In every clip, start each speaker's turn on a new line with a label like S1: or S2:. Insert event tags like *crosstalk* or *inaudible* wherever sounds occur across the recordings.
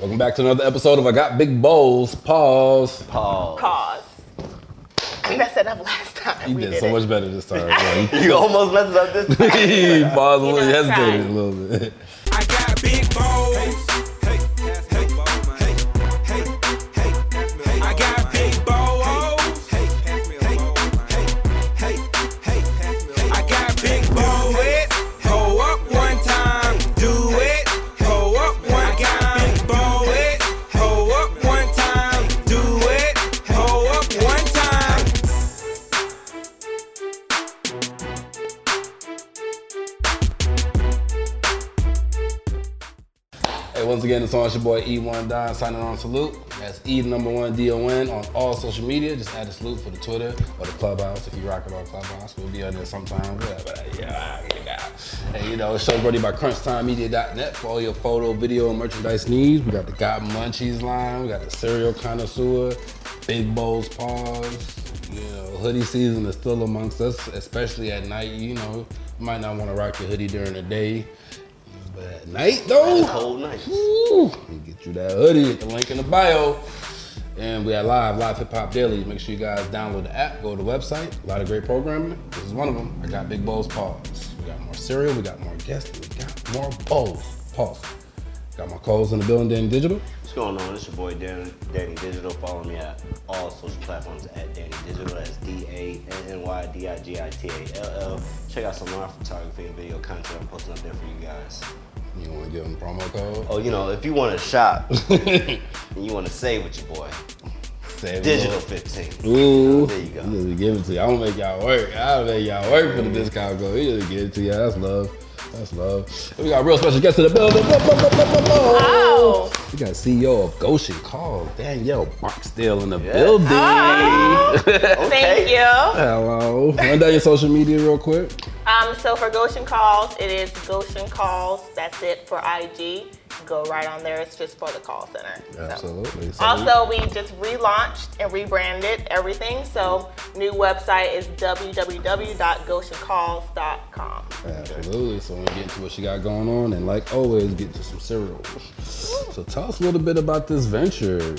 S1: Welcome back to another episode of I Got Big Bowls. Pause.
S2: Pause.
S3: Pause. We messed it up last time.
S1: You
S3: we
S1: did, so much better this time. bro.
S2: You almost messed it up this time.
S1: *laughs* He paused a little,
S3: You know,
S1: hesitated
S3: tried.
S1: a little bit.
S4: I got big balls. Hey, hey, hey, hey, hey, hey. I got big balls. Hey, hey, hey, hey, hey, hey. I got big balls. Do it. Hold up one time. Do it. Hold up one time. Do it. Hold up one time. Do it. Hold up one time.
S1: Hey, once again, it's on it's your boy E1 Don signing on salute. That's E the number one D O N on all social media. Just add a salute for the Twitter or the Clubhouse. If you rock it on Clubhouse, we'll be on there sometime. Yeah, but, yeah, yeah. And you know, it's show brought to you by CrunchTimeMedia.net for all your photo, video, and merchandise needs. We got the Got Munchies line. We got the Cereal Connoisseur, Big Bowls Paws. You know, hoodie season is still amongst us, especially at night. You know, you might not want to rock your hoodie during the day, but at night though.
S2: Cold night.
S1: Woo! Get you that hoodie at the link in the bio. And we are live, live hip hop daily. Make sure you guys download the app, go to the website. A lot of great programming. This is one of them. I got Big Bowls Pause. We got more cereal, we got more guests, we got more bowls. Pause. Got my calls in the building, Danny Digital.
S2: What's going on? It's your boy Dan, Danny Digital. Follow me at all social platforms at Danny Digital. That's D A N N Y D I G I T A L L. Check out some of my photography and video content I'm posting up there for you guys.
S1: You want to give them promo code?
S2: Oh, you know, if you want to shop *laughs* and you want to save with your boy,
S1: Save
S2: Digital
S1: them.
S2: 15.
S1: Ooh,
S2: There you go.
S1: He just give it to you. I don't make y'all work. I don't make y'all work for the discount code. He just give it to you. That's love. That's love. And we got a real special guest in the building. Whoa, whoa, whoa, whoa, whoa, whoa.
S3: Oh.
S1: We got CEO of Goshen Call, Danielle Barksdale in the
S2: Yeah. Ah.
S1: building.
S3: Oh,
S2: Okay.
S3: Thank you.
S1: Hello. Run down your social media real quick.
S3: Um, so for Goshen Calls, it is Goshen Calls. That's it for IG. Go right on there. It's just for the call center. So-
S1: Absolutely. So
S3: Also, we just relaunched and rebranded everything. So new website is www.goshencalls.com.
S1: Absolutely. So we get into what she got going on, and like always, get to some cereal. So tell us a little bit about this venture.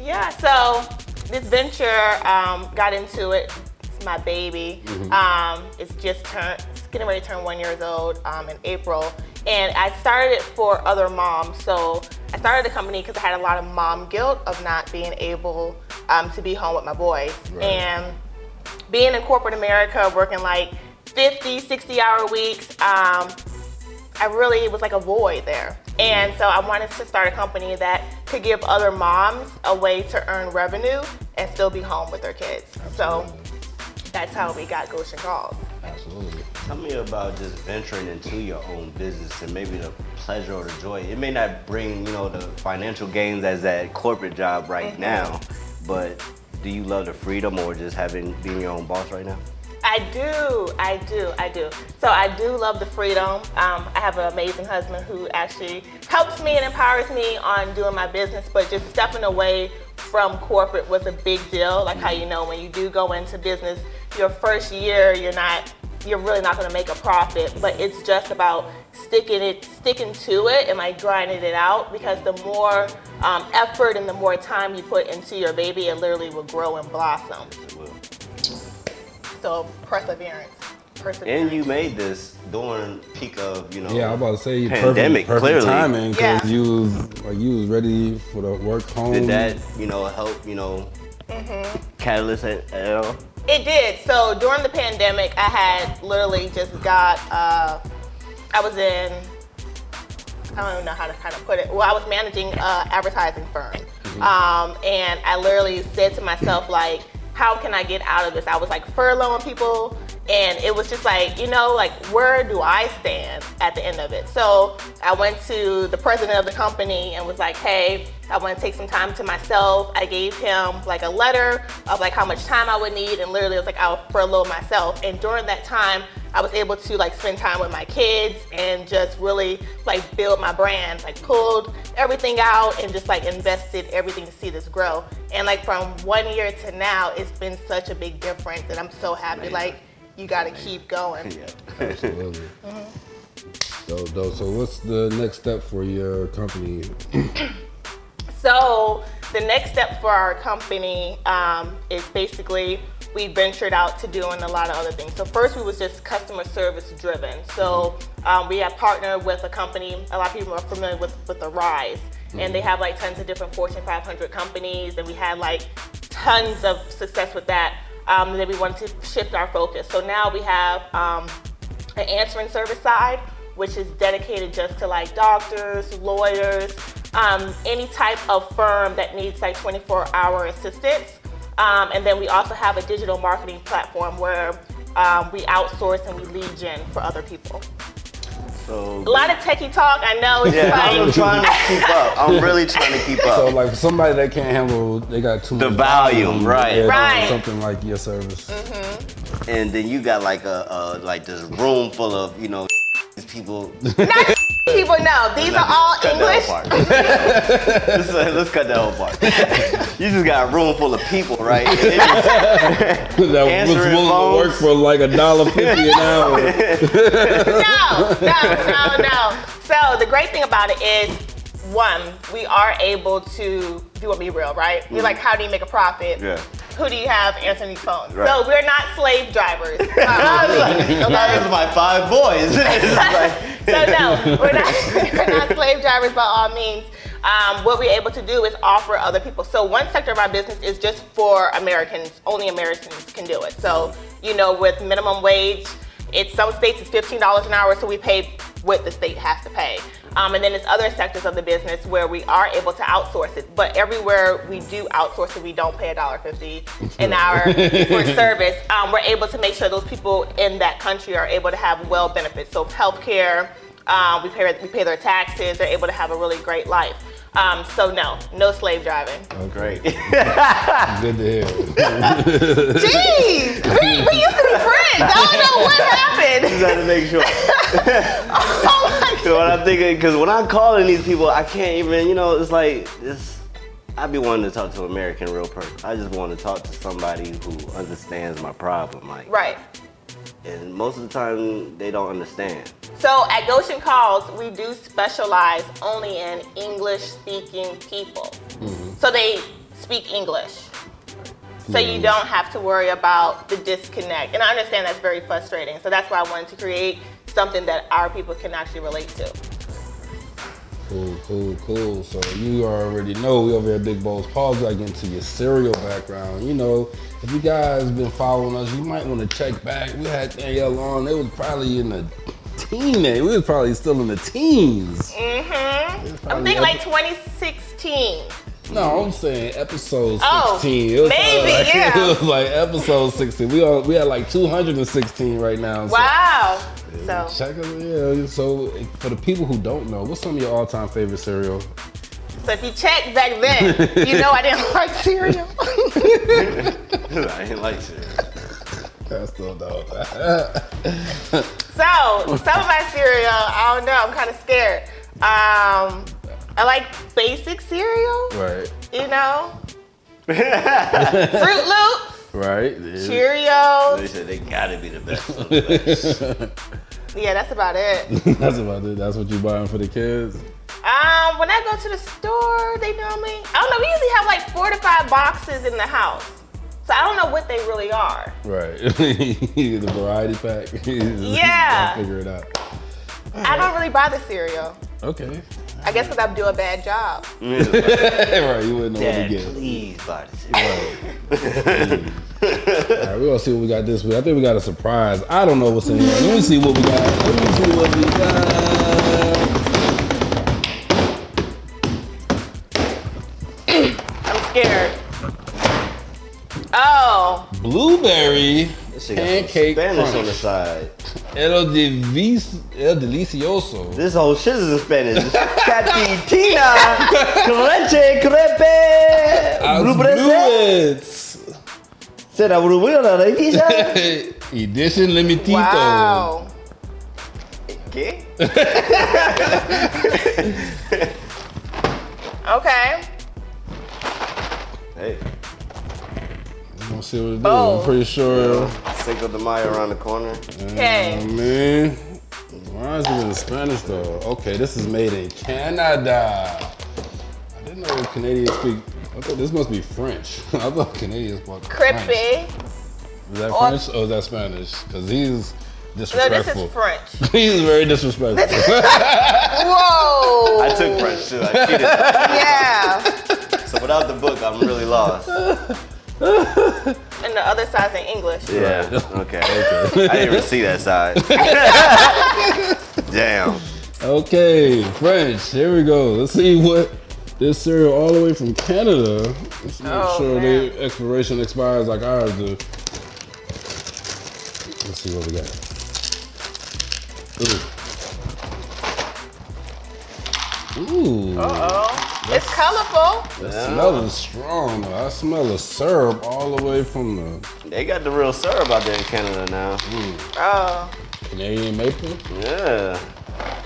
S3: Yeah, so this venture um, got into it. It's my baby. Um, it's just turned, it's getting ready to turn one years old um, in April. And I started it for other moms. So I started the company because I had a lot of mom guilt of not being able um, to be home with my boys.
S1: Right.
S3: And being in corporate America, working like 50, 60 hour weeks, um, I really was like a void there. And so I wanted to start a company that could give other moms a way to earn revenue and still be home with their kids.
S2: Oh.
S1: Absolutely.
S3: So that's how we got Goshen Calls.
S1: Absolutely.
S2: Tell me about just venturing into your own business and maybe the pleasure or the joy. It may not bring, you know, the financial gains as that corporate job right now, but do you love the freedom or just having being your own boss right now?
S3: I do, I do, I do. So I do love the freedom. Um, I have an amazing husband who actually helps me and empowers me on doing my business, but just stepping away from corporate was a big deal. Like how you know when you do go into business, your first year you're not you're really not gonna make a profit, but it's just about sticking it sticking to it and like grinding it out because the more um, effort and the more time you put into your baby, it literally will grow and blossom.
S2: Well,
S3: So perseverance. Perseverance.
S2: And you made this during peak of, you know,
S1: Yeah, I was about to say perfect,
S2: pandemic.
S1: perfect
S2: clearly,
S1: timing because
S3: Yeah.
S1: you was like you was ready for the work home.
S2: did that, you know, help, you know, catalyst at, at all?
S3: It did. So during the pandemic, I had literally just got. Uh, I was in. I don't even know how to kind of put it. Well, I was managing uh, advertising firm, um, and I literally said to myself like, "How can I get out of this?" I was like furloughing people, and it was just like, you know, like where do I stand at the end of it? So I went to the president of the company and was like, "Hey, I want to take some time to myself." I gave him like a letter of like how much time I would need, and literally it was like I'll furlough myself. And during that time, I was able to like spend time with my kids and just really like build my brand. Like pulled everything out and just like invested everything to see this grow. And like from one year to now, it's been such a big difference, and I'm so happy.
S2: Amazing.
S3: Like you gotta keep going.
S2: *laughs* Yeah.
S1: Absolutely. So, though, so what's the next step for your company?
S3: the next step for our company um, is basically we ventured out to doing a lot of other things. So first we was just customer service driven. So um, we have partnered with a company. A lot of people are familiar with with Arise, and they have like tons of different Fortune 500 companies, and we had like tons of success with that. Um, and then we wanted to shift our focus. So now we have um, an answering service side, which is dedicated just to like doctors, lawyers, um, any type of firm that needs like 24 hour assistance. Um, and then we also have a digital marketing platform where um, we outsource and we lead gen for other people.
S2: So
S3: A lot of techie talk, I know. It's
S2: yeah,
S3: like,
S2: I'm trying to keep up. I'm really trying to keep
S1: *laughs* So
S2: up.
S1: like for somebody that can't handle, they got too
S2: The
S1: much
S2: volume, right?
S1: yeah,
S3: Right.
S1: Something like your service.
S2: And then you got like a, a like this room full of you know *laughs* these people.
S3: not *laughs* people know. These are all
S2: Cut that
S3: English.
S2: whole part. *laughs* let's, uh, let's cut that whole part. *laughs* you just got a room full of people, right? And they just
S1: *laughs*
S3: Mm-hmm.
S1: that was
S2: Answering
S1: willing to work
S2: phones.
S1: for like a dollar fifty
S2: *laughs*
S1: an hour.
S3: no, no, no, no. So the great thing about it is, one, we are able to do a be real, right? We're like, how do you make a profit?
S2: Mm-hmm. Yeah.
S3: Who do you have answering these phones?
S2: Right.
S3: So we're not slave drivers. Uh,
S2: That is my five boys. *laughs* It's like-
S3: so no, we're not, *laughs* we're not slave drivers by all means. Um, what we're able to do is offer other people. So one sector of our business is just for Americans. Only Americans can do it. So you know, with minimum wage, it's some states it's fifteen dollars an hour, so we pay what the state has to pay. Um, and then there's other sectors of the business where we are able to outsource it. But everywhere we do outsource it, we don't pay a dollar fifty an hour for service. Um, we're able to make sure those people in that country are able to have well benefits. So healthcare, um, we pay we pay their taxes. They're able to have a really great life. Um, so no, no slave driving.
S2: Great.
S1: Good to hear.
S3: *laughs* Jeez, we, we used to be friends. I don't know what happened. *laughs*
S2: Just had to make sure.
S3: Oh my
S2: So when I'm thinking, because when I'm calling these people, I can't even, you know, it's like, it's, I be wanting to talk to an American real person. I just want to talk to somebody who understands my problem. Like,
S3: Right.
S2: And most of the time, they don't understand. *laughs*
S3: So at Goshen Calls, we do specialize only in English speaking people. So they speak English. So you don't have to worry about the disconnect. And I understand that's very frustrating. So that's why I wanted to create something that our people can actually relate to.
S1: Cool, cool, cool. So you already know we over here at Big Bowls Pause. I get into your cereal background. You know, if you guys been following us, you might want to check back. We had Danielle on. They was probably in the teen. We was probably still in the teens. Mm-hmm.
S3: I'm thinking Mm, like 2016.
S1: No, I'm saying episode 16.
S3: Oh,
S1: it was
S3: maybe,
S1: kinda like, *laughs*
S3: yeah.
S1: It was like episode 16. We are we are like 216 right now. so-
S3: Wow. So
S1: Check it. Yeah. So for the people who don't know, what's some of your all-time favorite cereal?
S3: so if you check back then, you know I didn't *laughs* like cereal.
S2: I ain't like to.
S1: That's still dope.
S3: So some of my cereal, I don't know. I'm kind of scared. Um, I like basic cereal,
S1: *laughs* right.
S3: you know, Fruit Loops,
S1: Right.
S2: They
S3: Cheerios.
S2: said they gotta be the best.
S3: Yeah, that's about it.
S1: *laughs* That's about it. That's what you buying for the kids.
S3: Um, when I go to the store, they normally I don't know. We usually have like four to five boxes in the house, so I don't know what they really are.
S1: Right. *laughs* the variety pack. *laughs*
S3: Yeah.
S1: I'll figure it out.
S3: I don't really buy the cereal.
S1: Okay. *laughs*
S3: I guess because I do a bad job.
S1: right. You wouldn't know what to
S2: Dad,
S1: get.
S2: please buy this.
S1: *laughs* All right, we're gonna see what we got this week. I think we got a surprise. I don't know what's in here. Let me see what we got. Let me see what we got.
S3: I'm scared. Oh,
S1: Blueberry
S2: This shit got some
S1: pancake
S2: Spanish
S1: crunch.
S2: on the side.
S1: El, Divis, El Delicioso.
S2: This whole shit is in Spanish. Catitina,
S1: *laughs*
S2: creche, crepe, rubrese,
S1: Azules.
S2: será rubiola, revisa.
S1: *laughs* Edition Limitito.
S3: wow.
S2: ¿Qué?
S3: Okay.
S2: Hey,
S1: We're gonna see what it do.
S3: Oh.
S1: I'm pretty sure.
S2: Cinco de Mayo around the corner.
S3: Okay.
S1: Oh, man. Why is it in Spanish though? Okay, this is made in Canada. I didn't know Canadians speak I thought this must be French. *laughs* I thought Canadians spoke French.
S3: Crippy.
S1: Is that
S3: Or-
S1: French or is that Spanish? Because he's
S3: No, this
S1: disrespectful.
S3: is French.
S1: *laughs*
S2: *laughs*
S1: he's very disrespectful.
S3: Whoa.
S2: I took French too. I cheated.
S3: Yeah.
S2: so without the book, I'm really lost.
S3: and the other side's in English.
S2: Yeah.
S1: *laughs*
S2: Okay. I didn't even see that side. Damn.
S1: okay, French. Here we go. Let's see what this cereal all the way from Canada. Let's make
S3: Oh,
S1: sure
S3: man.
S1: the expiration expires like ours do. Let's see what we got. Ooh. Ooh.
S3: Oh. It's colorful.
S1: That smell is strong. though. I smell a syrup all the way from the
S2: They got the real syrup out there in Canada now.
S3: Oh.
S1: Canadian maple.
S2: Yeah.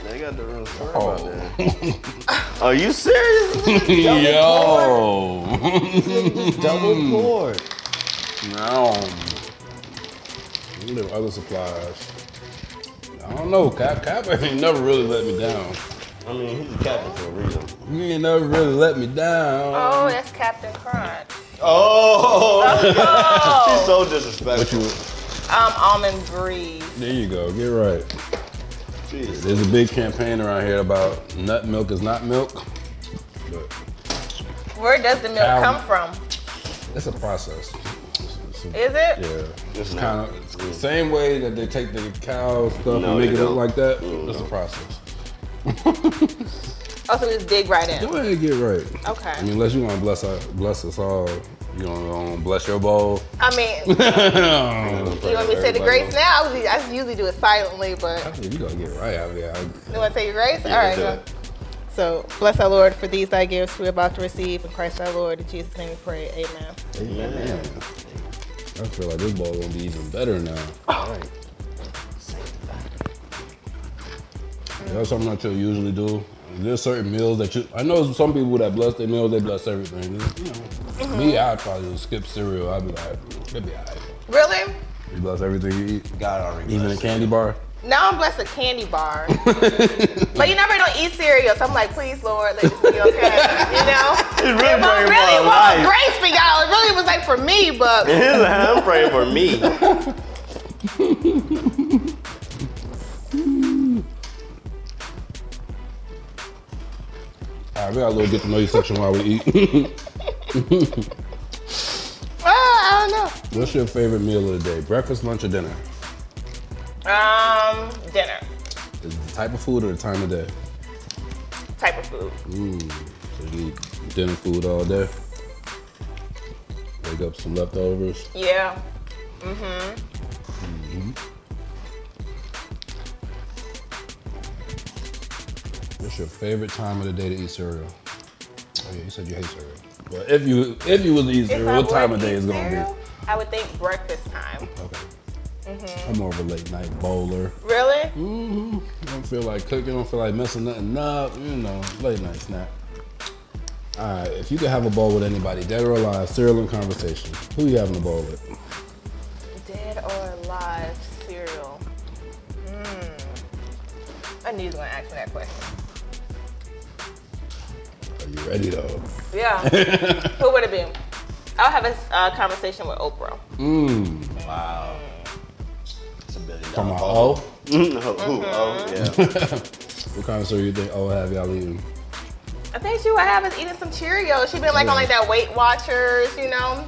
S2: They got the real syrup out there.
S1: Oh.
S2: *laughs* Are you serious?
S1: Yo.
S2: *laughs* Double poured.
S1: No. Little other supplies. I don't know. Cap Cap *laughs* ain't never really let me down.
S2: I mean, he's a captain for a reason.
S1: You ain't never really let me down.
S3: Oh, that's Captain
S2: *laughs*
S3: Crunch.
S2: Oh,
S3: Oh.
S1: But
S2: *laughs* he's so disrespectful.
S1: you,
S3: Um, almond breeze.
S1: there you go. Get right.
S2: Jeez.
S1: There's a big campaign around here about nut milk is not milk. But
S3: Where does the milk
S1: Cow.
S3: come from?
S1: it's a process. It's- it's a-
S3: Is it?
S1: Yeah. It's
S2: No.
S1: kind of it's the same way that they take the cow stuff
S2: No,
S1: and make
S2: they
S1: it
S2: don't.
S1: look like that.
S2: Mm,
S1: It's a
S2: no.
S1: process.
S3: Oh, so we just dig right
S1: Go
S3: in.
S1: ahead and get right. I mean,
S3: Okay.
S1: unless you want to bless our, bless us all, you don't want to bless your bowl. *laughs*
S3: I
S2: *laughs*
S3: mean,
S1: you
S3: you want me to say the grace now? I, was, I usually do it silently, but
S1: You gonna get right out of here. I-
S3: you want to say your grace?
S2: Yeah,
S3: All right.
S2: do
S3: Go.
S2: it.
S3: So, bless our Lord for these thy gifts we're about to receive. In Christ our Lord, in Jesus' name we pray. Amen.
S1: Man, I feel like this bowl gonna be even better now. All right. That's something that you usually do. There's certain meals that you. I know some people that bless their meals, they bless everything. You know, Me, I'd probably just skip cereal. I'd be like, it'd be all right.
S3: Really?
S1: You bless everything you eat,
S2: God already
S1: even a
S2: blessed.
S1: candy bar.
S3: Now I'm blessed with candy bar. like, you never don't eat cereal, so I'm like, please, Lord, let this be okay. You know?
S2: He's *laughs* really
S3: It wa-
S2: praying
S3: really
S2: for
S3: was *laughs*
S2: life.
S3: grace for y'all. It really was like for me, but
S2: Here's a hand praying for me. *laughs*
S1: All right, we got a little get to know you section while we eat.
S3: uh, I don't know.
S1: What's your favorite meal of the day? Breakfast, lunch, or dinner?
S3: Um, dinner
S1: Is it the type of food or the time of day?
S3: type of food.
S1: So you eat dinner food all day. Wake up some leftovers.
S3: Yeah.
S1: What's your favorite time of the day to eat cereal? Oh yeah, you said you hate cereal. But if you if you was to eat
S3: If
S1: cereal,
S3: I
S1: what time
S3: would
S1: of day
S3: eat
S1: is gonna
S3: cereal, I would think breakfast time.
S1: be? Okay.
S3: Mm-hmm.
S1: I'm more of a late night bowler.
S3: Really?
S1: Mm-hmm. I don't feel like cooking. don't feel like messing nothing up. You know, late night snack. All right, if you could have a bowl with anybody, dead or alive, cereal and conversation, who you having a bowl with?
S3: Dead or alive cereal. Hmm. I knew you was gonna ask me that question.
S1: Are you ready though?
S3: Yeah. Who would it be? I'll have a uh, conversation with Oprah.
S2: Wow. It's a billion
S1: Come
S2: dollar
S1: on,
S2: ball.
S1: oh.
S2: Mhm. Who? Oh,
S3: Mm-hmm.
S2: yeah.
S1: What kind of cereal you think oh have y'all eating?
S3: I think she would have us eating some Cheerios. She's been like on like that Weight Watchers, you know.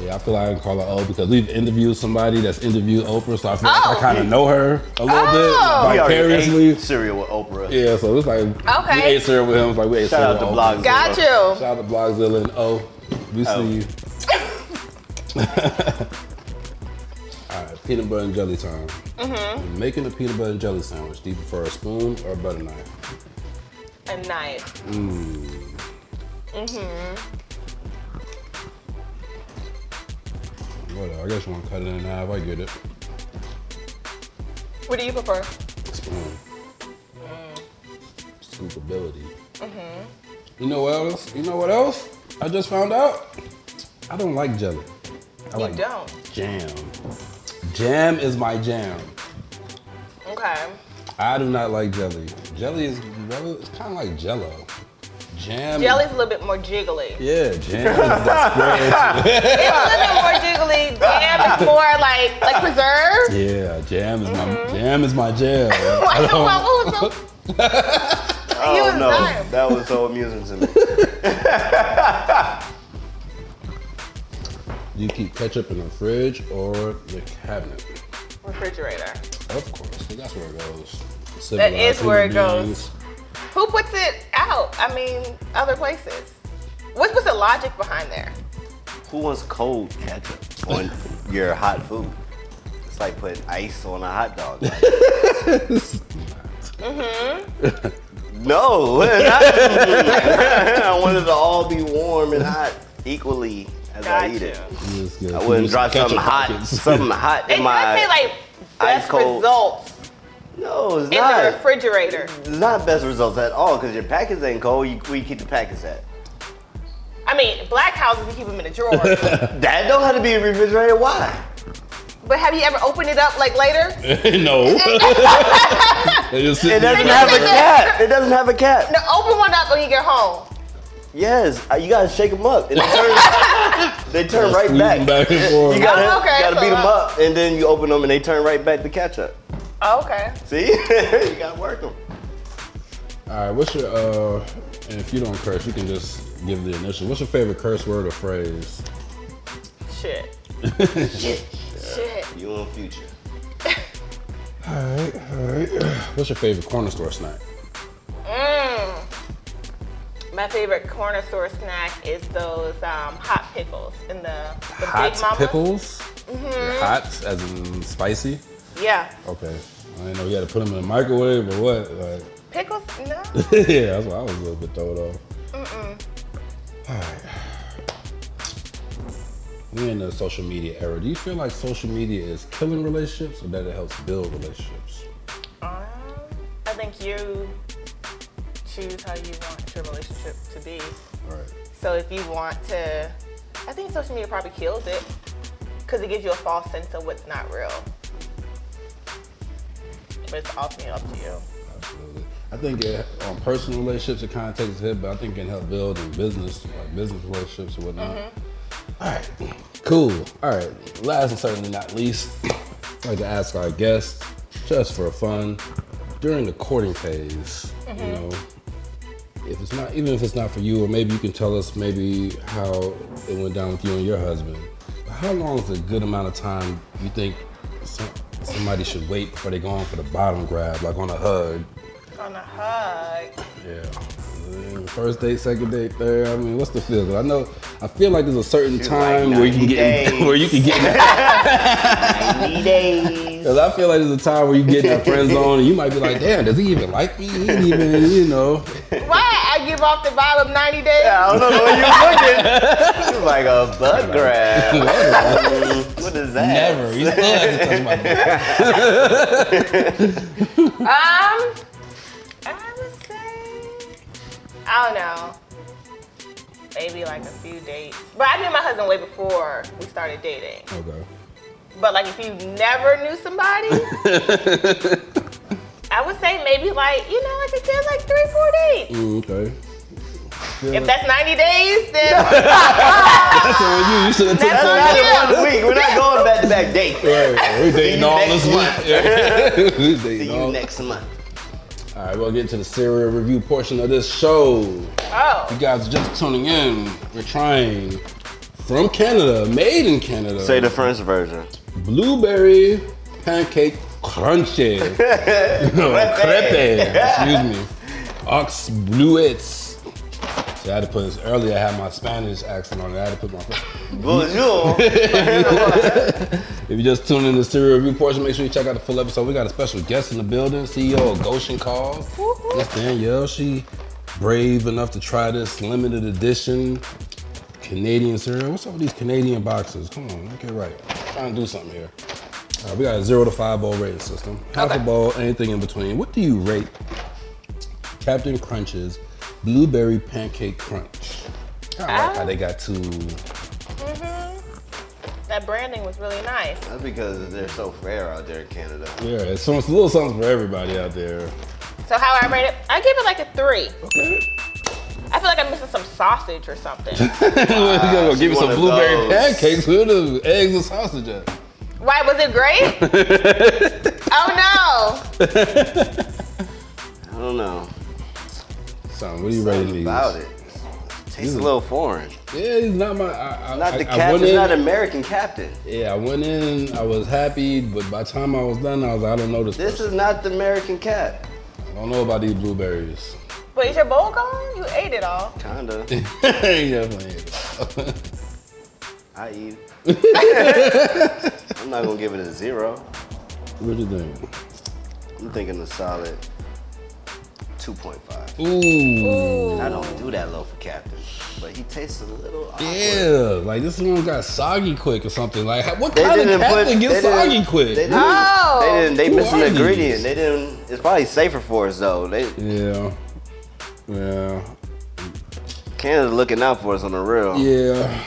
S1: Yeah, I feel like I can call her O because we've interviewed somebody that's interviewed Oprah, so I feel like
S3: Oh.
S1: I kind of know her a little
S3: Oh.
S1: bit
S2: We already
S1: vicariously.
S2: ate cereal with Oprah.
S1: Yeah, so it's like we
S3: Okay.
S1: ate cereal with him. It's like we ate
S2: Shout
S1: cereal
S2: out to
S1: with
S2: Blogs.
S1: Oprah.
S3: Got you.
S1: Shout out to Blogzilla and O. We see
S2: Oh.
S1: you. *laughs* All right, peanut butter and jelly time.
S3: Mm-hmm.
S1: When making a peanut butter and jelly sandwich, do you prefer a spoon or a butter knife?
S3: A knife.
S1: Whatever. I guess you want to cut it in half. I get it.
S3: What do you prefer?
S1: spoon.
S3: Mm.
S1: Scoopability.
S3: Mm-hmm.
S1: You know what else? You know what else? I just found out. I don't like jelly. I
S3: You
S1: like
S3: don't.
S1: jam. Jam is my jam.
S3: Okay.
S1: I do not like jelly. Jelly is rel- it's kind of like Jello. Jam.
S3: Jelly's a little bit more jiggly.
S1: Yeah, jam.
S3: *laughs*
S1: That's
S3: It's a little bit more jiggly. Jam
S1: *laughs*
S3: is more like like preserved.
S1: yeah, jam is my jam is my jam. I
S3: Mm-hmm. *laughs* Why
S1: don't-
S3: what was
S1: *laughs*
S3: so? You
S2: Oh
S3: was
S2: no,
S3: dying.
S2: that was so amusing to me.
S1: Do you keep ketchup in the fridge or the cabinet?
S3: Refrigerator.
S1: Of course, 'cause that's where it goes.
S3: That is
S1: Civilized
S3: where it
S1: human
S3: goes.
S1: beings.
S3: Who puts it out? I mean, other places. What was the logic behind there?
S2: Who wants cold ketchup on your hot food? It's like putting ice on a hot
S3: *laughs*
S2: dog.
S3: Mm-hmm.
S2: No, *laughs* not- I want it to all be warm and hot equally as I eat it.
S3: Gotcha.
S1: Yes, yes.
S2: I
S1: Use
S2: wouldn't drop
S1: ketchup *laughs*
S2: something hot,
S1: packets.
S2: something hot
S3: It
S2: in
S3: does
S2: my.
S3: say like best
S2: cold.
S3: results
S2: No, it's
S3: in the
S2: not.
S3: refrigerator.
S2: It's not best results at all because your packets ain't cold. You, where you keep the packets at?
S3: I mean, black houses you keep them in a drawer. but
S2: That don't have to be refrigerated. Why?
S3: have you ever opened it up like later? *laughs*
S1: no. They just sit
S2: It
S1: there.
S2: doesn't have a
S3: *laughs*
S2: cap. It doesn't have a cap.
S3: No, open one up when you get home.
S2: Yes, uh, you gotta shake them up. And they turn,
S1: *laughs*
S2: they turn right
S1: Squeeze 'em
S2: back.
S1: back and forth.
S2: You gotta,
S3: Oh, okay,
S2: you gotta
S3: so
S2: beat them
S3: uh,
S2: up, and then you open them, and they turn right back to catch up.
S3: Oh, okay.
S2: See, *laughs* you gotta work them.
S1: All right, what's your uh? And if you don't curse, you can just give the initial. What's your favorite curse word or phrase?
S3: Shit.
S2: Shit,
S3: Shit.
S2: you on future?
S1: *sighs* What's your favorite corner store snack?
S3: Mm. My favorite corner store snack is those um, hot pickles in the, the
S1: Hot
S3: Big Mama. Mm-hmm.
S1: pickles. Hot as in spicy.
S3: Yeah.
S1: Okay, I didn't know you had to put them in the microwave or what. Like, *laughs*
S3: Pickles? No.
S1: yeah, that's why I was a little bit thrown off. All right. We're in the social media era. Do you feel like social media is killing relationships or that it helps build relationships?
S3: Um, I think you choose how you want your relationship to be.
S1: All right.
S3: So if you want to, I think social media probably kills it because it gives you a false sense of what's not real. But it's ultimately up to you.
S1: Absolutely. I think it, on personal relationships, it kind of takes a hit, but I think it can help build in business, like business relationships and whatnot. All right, cool. All right, last and certainly not least, I'd like to ask our guests, just for fun, during the courting phase, you know, if it's not, even if it's not for you, or maybe you can tell us maybe how it went down with you and your husband. How long is a good amount of time you think some, somebody should wait before they go on for the bottom grab, like on a hug?
S3: On a hug.
S1: Yeah. Mm, First date, second date, third. I mean, what's the feel? 'Cause I know, I feel like there's a certain
S2: It's like
S1: time where you can
S2: 90
S1: get, *laughs*
S2: days.
S1: where you can get. *laughs*
S2: Ninety days.
S1: Because I feel like there's a time where you get in that
S2: *laughs*
S1: friend zone and you might be like, damn, does he even like me? He ain't even, you know.
S3: Why I give off the vibe of 90 days?
S2: I don't know where you looking. You're like a
S1: *laughs*
S2: butt grab. Mm, what is that?
S1: Never. He still hasn't touched my dick.
S2: *laughs*
S3: Um, I would say, I don't know, maybe like a few dates. But I knew my husband way before we started dating.
S1: Okay.
S3: But like, if you never knew
S1: *laughs*
S3: somebody, I would say maybe like, you know, like a good like three, four dates.
S1: Mm, okay.
S3: If that's 90 days, then
S1: *laughs* That's on you. You should have took
S3: That's
S2: That's
S1: some.
S3: on
S2: another one week. We're not going back to back date.
S1: Right, we dating
S2: you
S1: all
S2: next
S1: this week. *laughs* we dating
S2: See you
S1: all.
S2: next month.
S1: All right, we'll get to the serial review portion of this show. You
S3: oh,
S1: guys are just tuning in. We're trying from Canada, made in Canada.
S2: Say the French version.
S1: blueberry pancake crunchy.
S2: *laughs*
S1: No, crepe. Excuse me. Ox bluets. See, I had to put this earlier. I had my Spanish accent on it. I had to put my. *laughs*
S2: Bonjour.
S1: If you just tuned in to the serial review portion, make sure you check out the full episode. We got a special guest in the building, CEO of Goshen Calls. Miss Danielle, she brave enough to try this limited edition Canadian cereal. What's up with these Canadian boxes? Come on, get it right. trying to do something here. All right, we got a zero to five bowl rating system. Half a bowl, anything in between. What do you rate Captain Crunch's blueberry pancake crunch? I like how they got two.
S3: that branding was really nice.
S2: That's because they're so rare out there in Canada.
S1: Yeah, it's, some- it's a little something for everybody out there.
S3: So how I rate it, I give it like a three.
S1: Okay. *laughs*
S3: I feel like I'm missing some sausage or something.
S1: you gotta go give me
S2: Ah, one
S1: some
S2: of
S1: blueberry
S2: those.
S1: pancakes with the eggs and sausage at.
S3: Why was it great?
S1: *laughs*
S3: oh no!
S2: I don't know
S1: So, what are you rating these?
S2: about it. Tastes a little foreign.
S1: Yeah, he's not my. I, I,
S2: Not
S1: I,
S2: the
S1: I
S2: captain.
S1: went
S2: It's
S1: in-
S2: not American captain.
S1: Yeah, I went in. I was happy, but by the time I was done, I was like, I don't know this.
S2: This
S1: person.
S2: is not the American cap.
S1: I don't know about these blueberries. *laughs*
S3: But is your bowl gone? You ate it all.
S2: Kinda.
S1: yeah, man. *laughs*
S2: I eat. I'm not gonna give it a zero.
S1: What you think?
S2: I'm thinking a solid 2.5.
S1: Ooh.
S2: I don't do that low for captain, but he tastes a little awkward.
S1: Yeah, like this one got soggy quick or something. Like, how- what
S2: They
S1: kind of
S2: didn't put-
S1: captain
S2: they
S1: gets
S2: didn't-
S1: soggy quick?
S2: They didn't.
S3: Oh.
S2: They didn't. They
S1: Who
S2: missed an
S1: are
S2: ingredient.
S1: these?
S2: They didn't. It's probably safer for us though. They
S1: yeah, yeah,
S2: Canada's looking out for us on the real.
S1: yeah,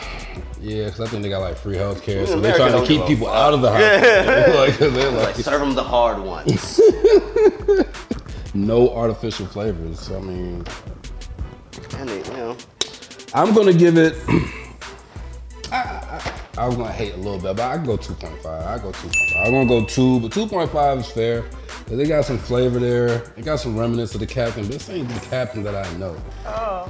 S1: yeah. Because I think they got like free health care, so they're
S2: America
S1: trying to
S2: don't
S1: keep
S2: give a
S1: people out of
S2: *laughs*
S1: the hospital. *laughs* like, 'cause they're like,
S2: Like serve them the hard
S1: *laughs*
S2: ones.
S1: no artificial flavors. I mean,
S2: and they, you know,
S1: I'm gonna give it. *clears throat* I, I, I'm gonna hate a little bit, but I can go 2.5. I go 2.5. I'm gonna go two, but 2.5 is fair. 'cause they got some flavor there. They got some remnants of the captain. But this ain't the captain that I know.
S3: Oh.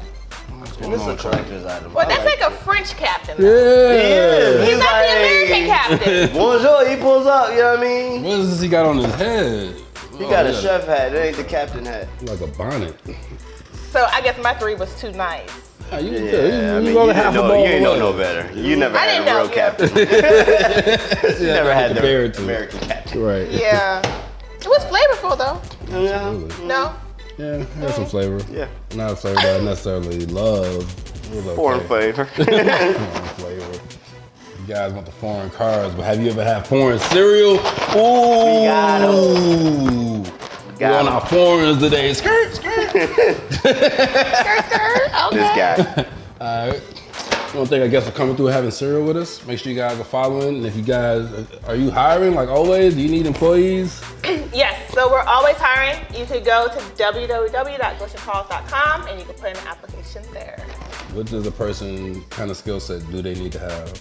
S2: and it's a collector's item.
S3: Well,
S2: I
S3: that's
S2: like
S3: like a French captain.
S1: Yeah.
S3: though. He's not the
S2: Like-
S3: American captain.
S1: *laughs*
S2: it. Bonjour, he pulls up. You know what I mean?
S1: What is this he got on his head? Oh,
S2: He got a chef hat. It ain't the captain hat.
S1: Like a bonnet. *laughs*
S3: So I guess my three was too nice.
S1: Yeah, you,
S2: Yeah,
S1: you-
S2: I mean,
S1: you
S2: you,
S1: only
S2: didn't
S1: half a
S2: know,
S1: ball
S2: you ain't know
S1: away.
S2: no better. You never
S3: I
S2: had a
S3: didn't
S2: real
S3: know.
S2: captain. you
S1: Yeah,
S2: never
S1: I
S2: had
S1: compare it
S2: the
S1: to.
S2: American captain.
S1: Right.
S3: Yeah. *laughs* It was flavorful though.
S2: Yeah.
S1: *laughs*
S3: No?
S1: Yeah, it had some flavor.
S2: Yeah.
S1: Not a flavor that I necessarily love. It was okay.
S2: Foreign flavor.
S1: Foreign flavor. You guys want the foreign cars, but have you ever had foreign cereal? Ooh. We
S2: got
S1: 'em.
S2: Got
S1: on
S2: 'em.
S1: our foreigners today. Skirt, skirt.
S3: Skirt, skirt. Okay.
S2: this guy.
S1: All right. I don't think I guess for coming through and having cereal with us. Make sure you guys are following. And if you guys are you hiring like always, do you need employees?
S3: Yes, so we're always hiring. You could go to www.goshencalls.com and you can put in an application there.
S1: What does a person kind of skill set do they need to have?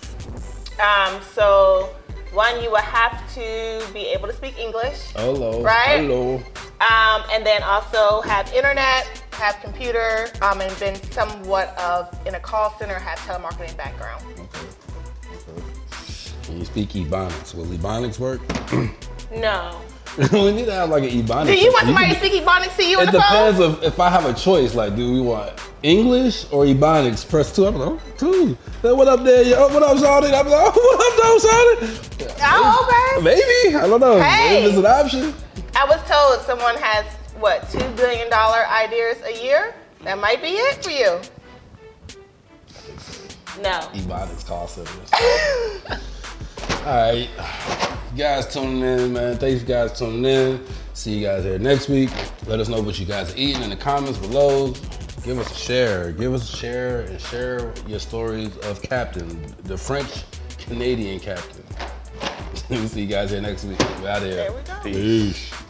S3: Um, so, one, you will have to be able to speak English,
S1: Hello.
S3: Right.
S1: Hello.
S3: um, and then also have internet, have computer, um, and been somewhat of in a call center, have telemarketing background.
S1: Okay. Okay. And you speak Ebonics. Will Ebonics work? *laughs*
S3: No.
S1: we need to have like an Ebonics.
S3: Do you
S1: section.
S3: want somebody to
S1: can-
S3: speak Ebonics to you on
S1: It
S3: the phone?
S1: depends of if I have a choice. Like, do we want English or Ebonics? Press two. I'm like, oh, two. Then what up there? Yo, what up, Shawty? I'm like, oh, what up, though, Shawty?
S3: Oh, okay.
S1: Maybe I don't know.
S3: Hey.
S1: Maybe it's an option.
S3: I was told someone has what two billion dollar ideas a year. That might be it for you. No.
S1: Ebonics call centers. *laughs* All right, you guys tuning in, man. Thanks, you guys tuning in. See you guys here next week. Let us know what you guys are eating in the comments below. Give us a share. Give us a share and share your stories of Captain, the French *laughs* Canadian Captain. See you guys here next week. We're out of here.
S3: There we go.
S1: Peace.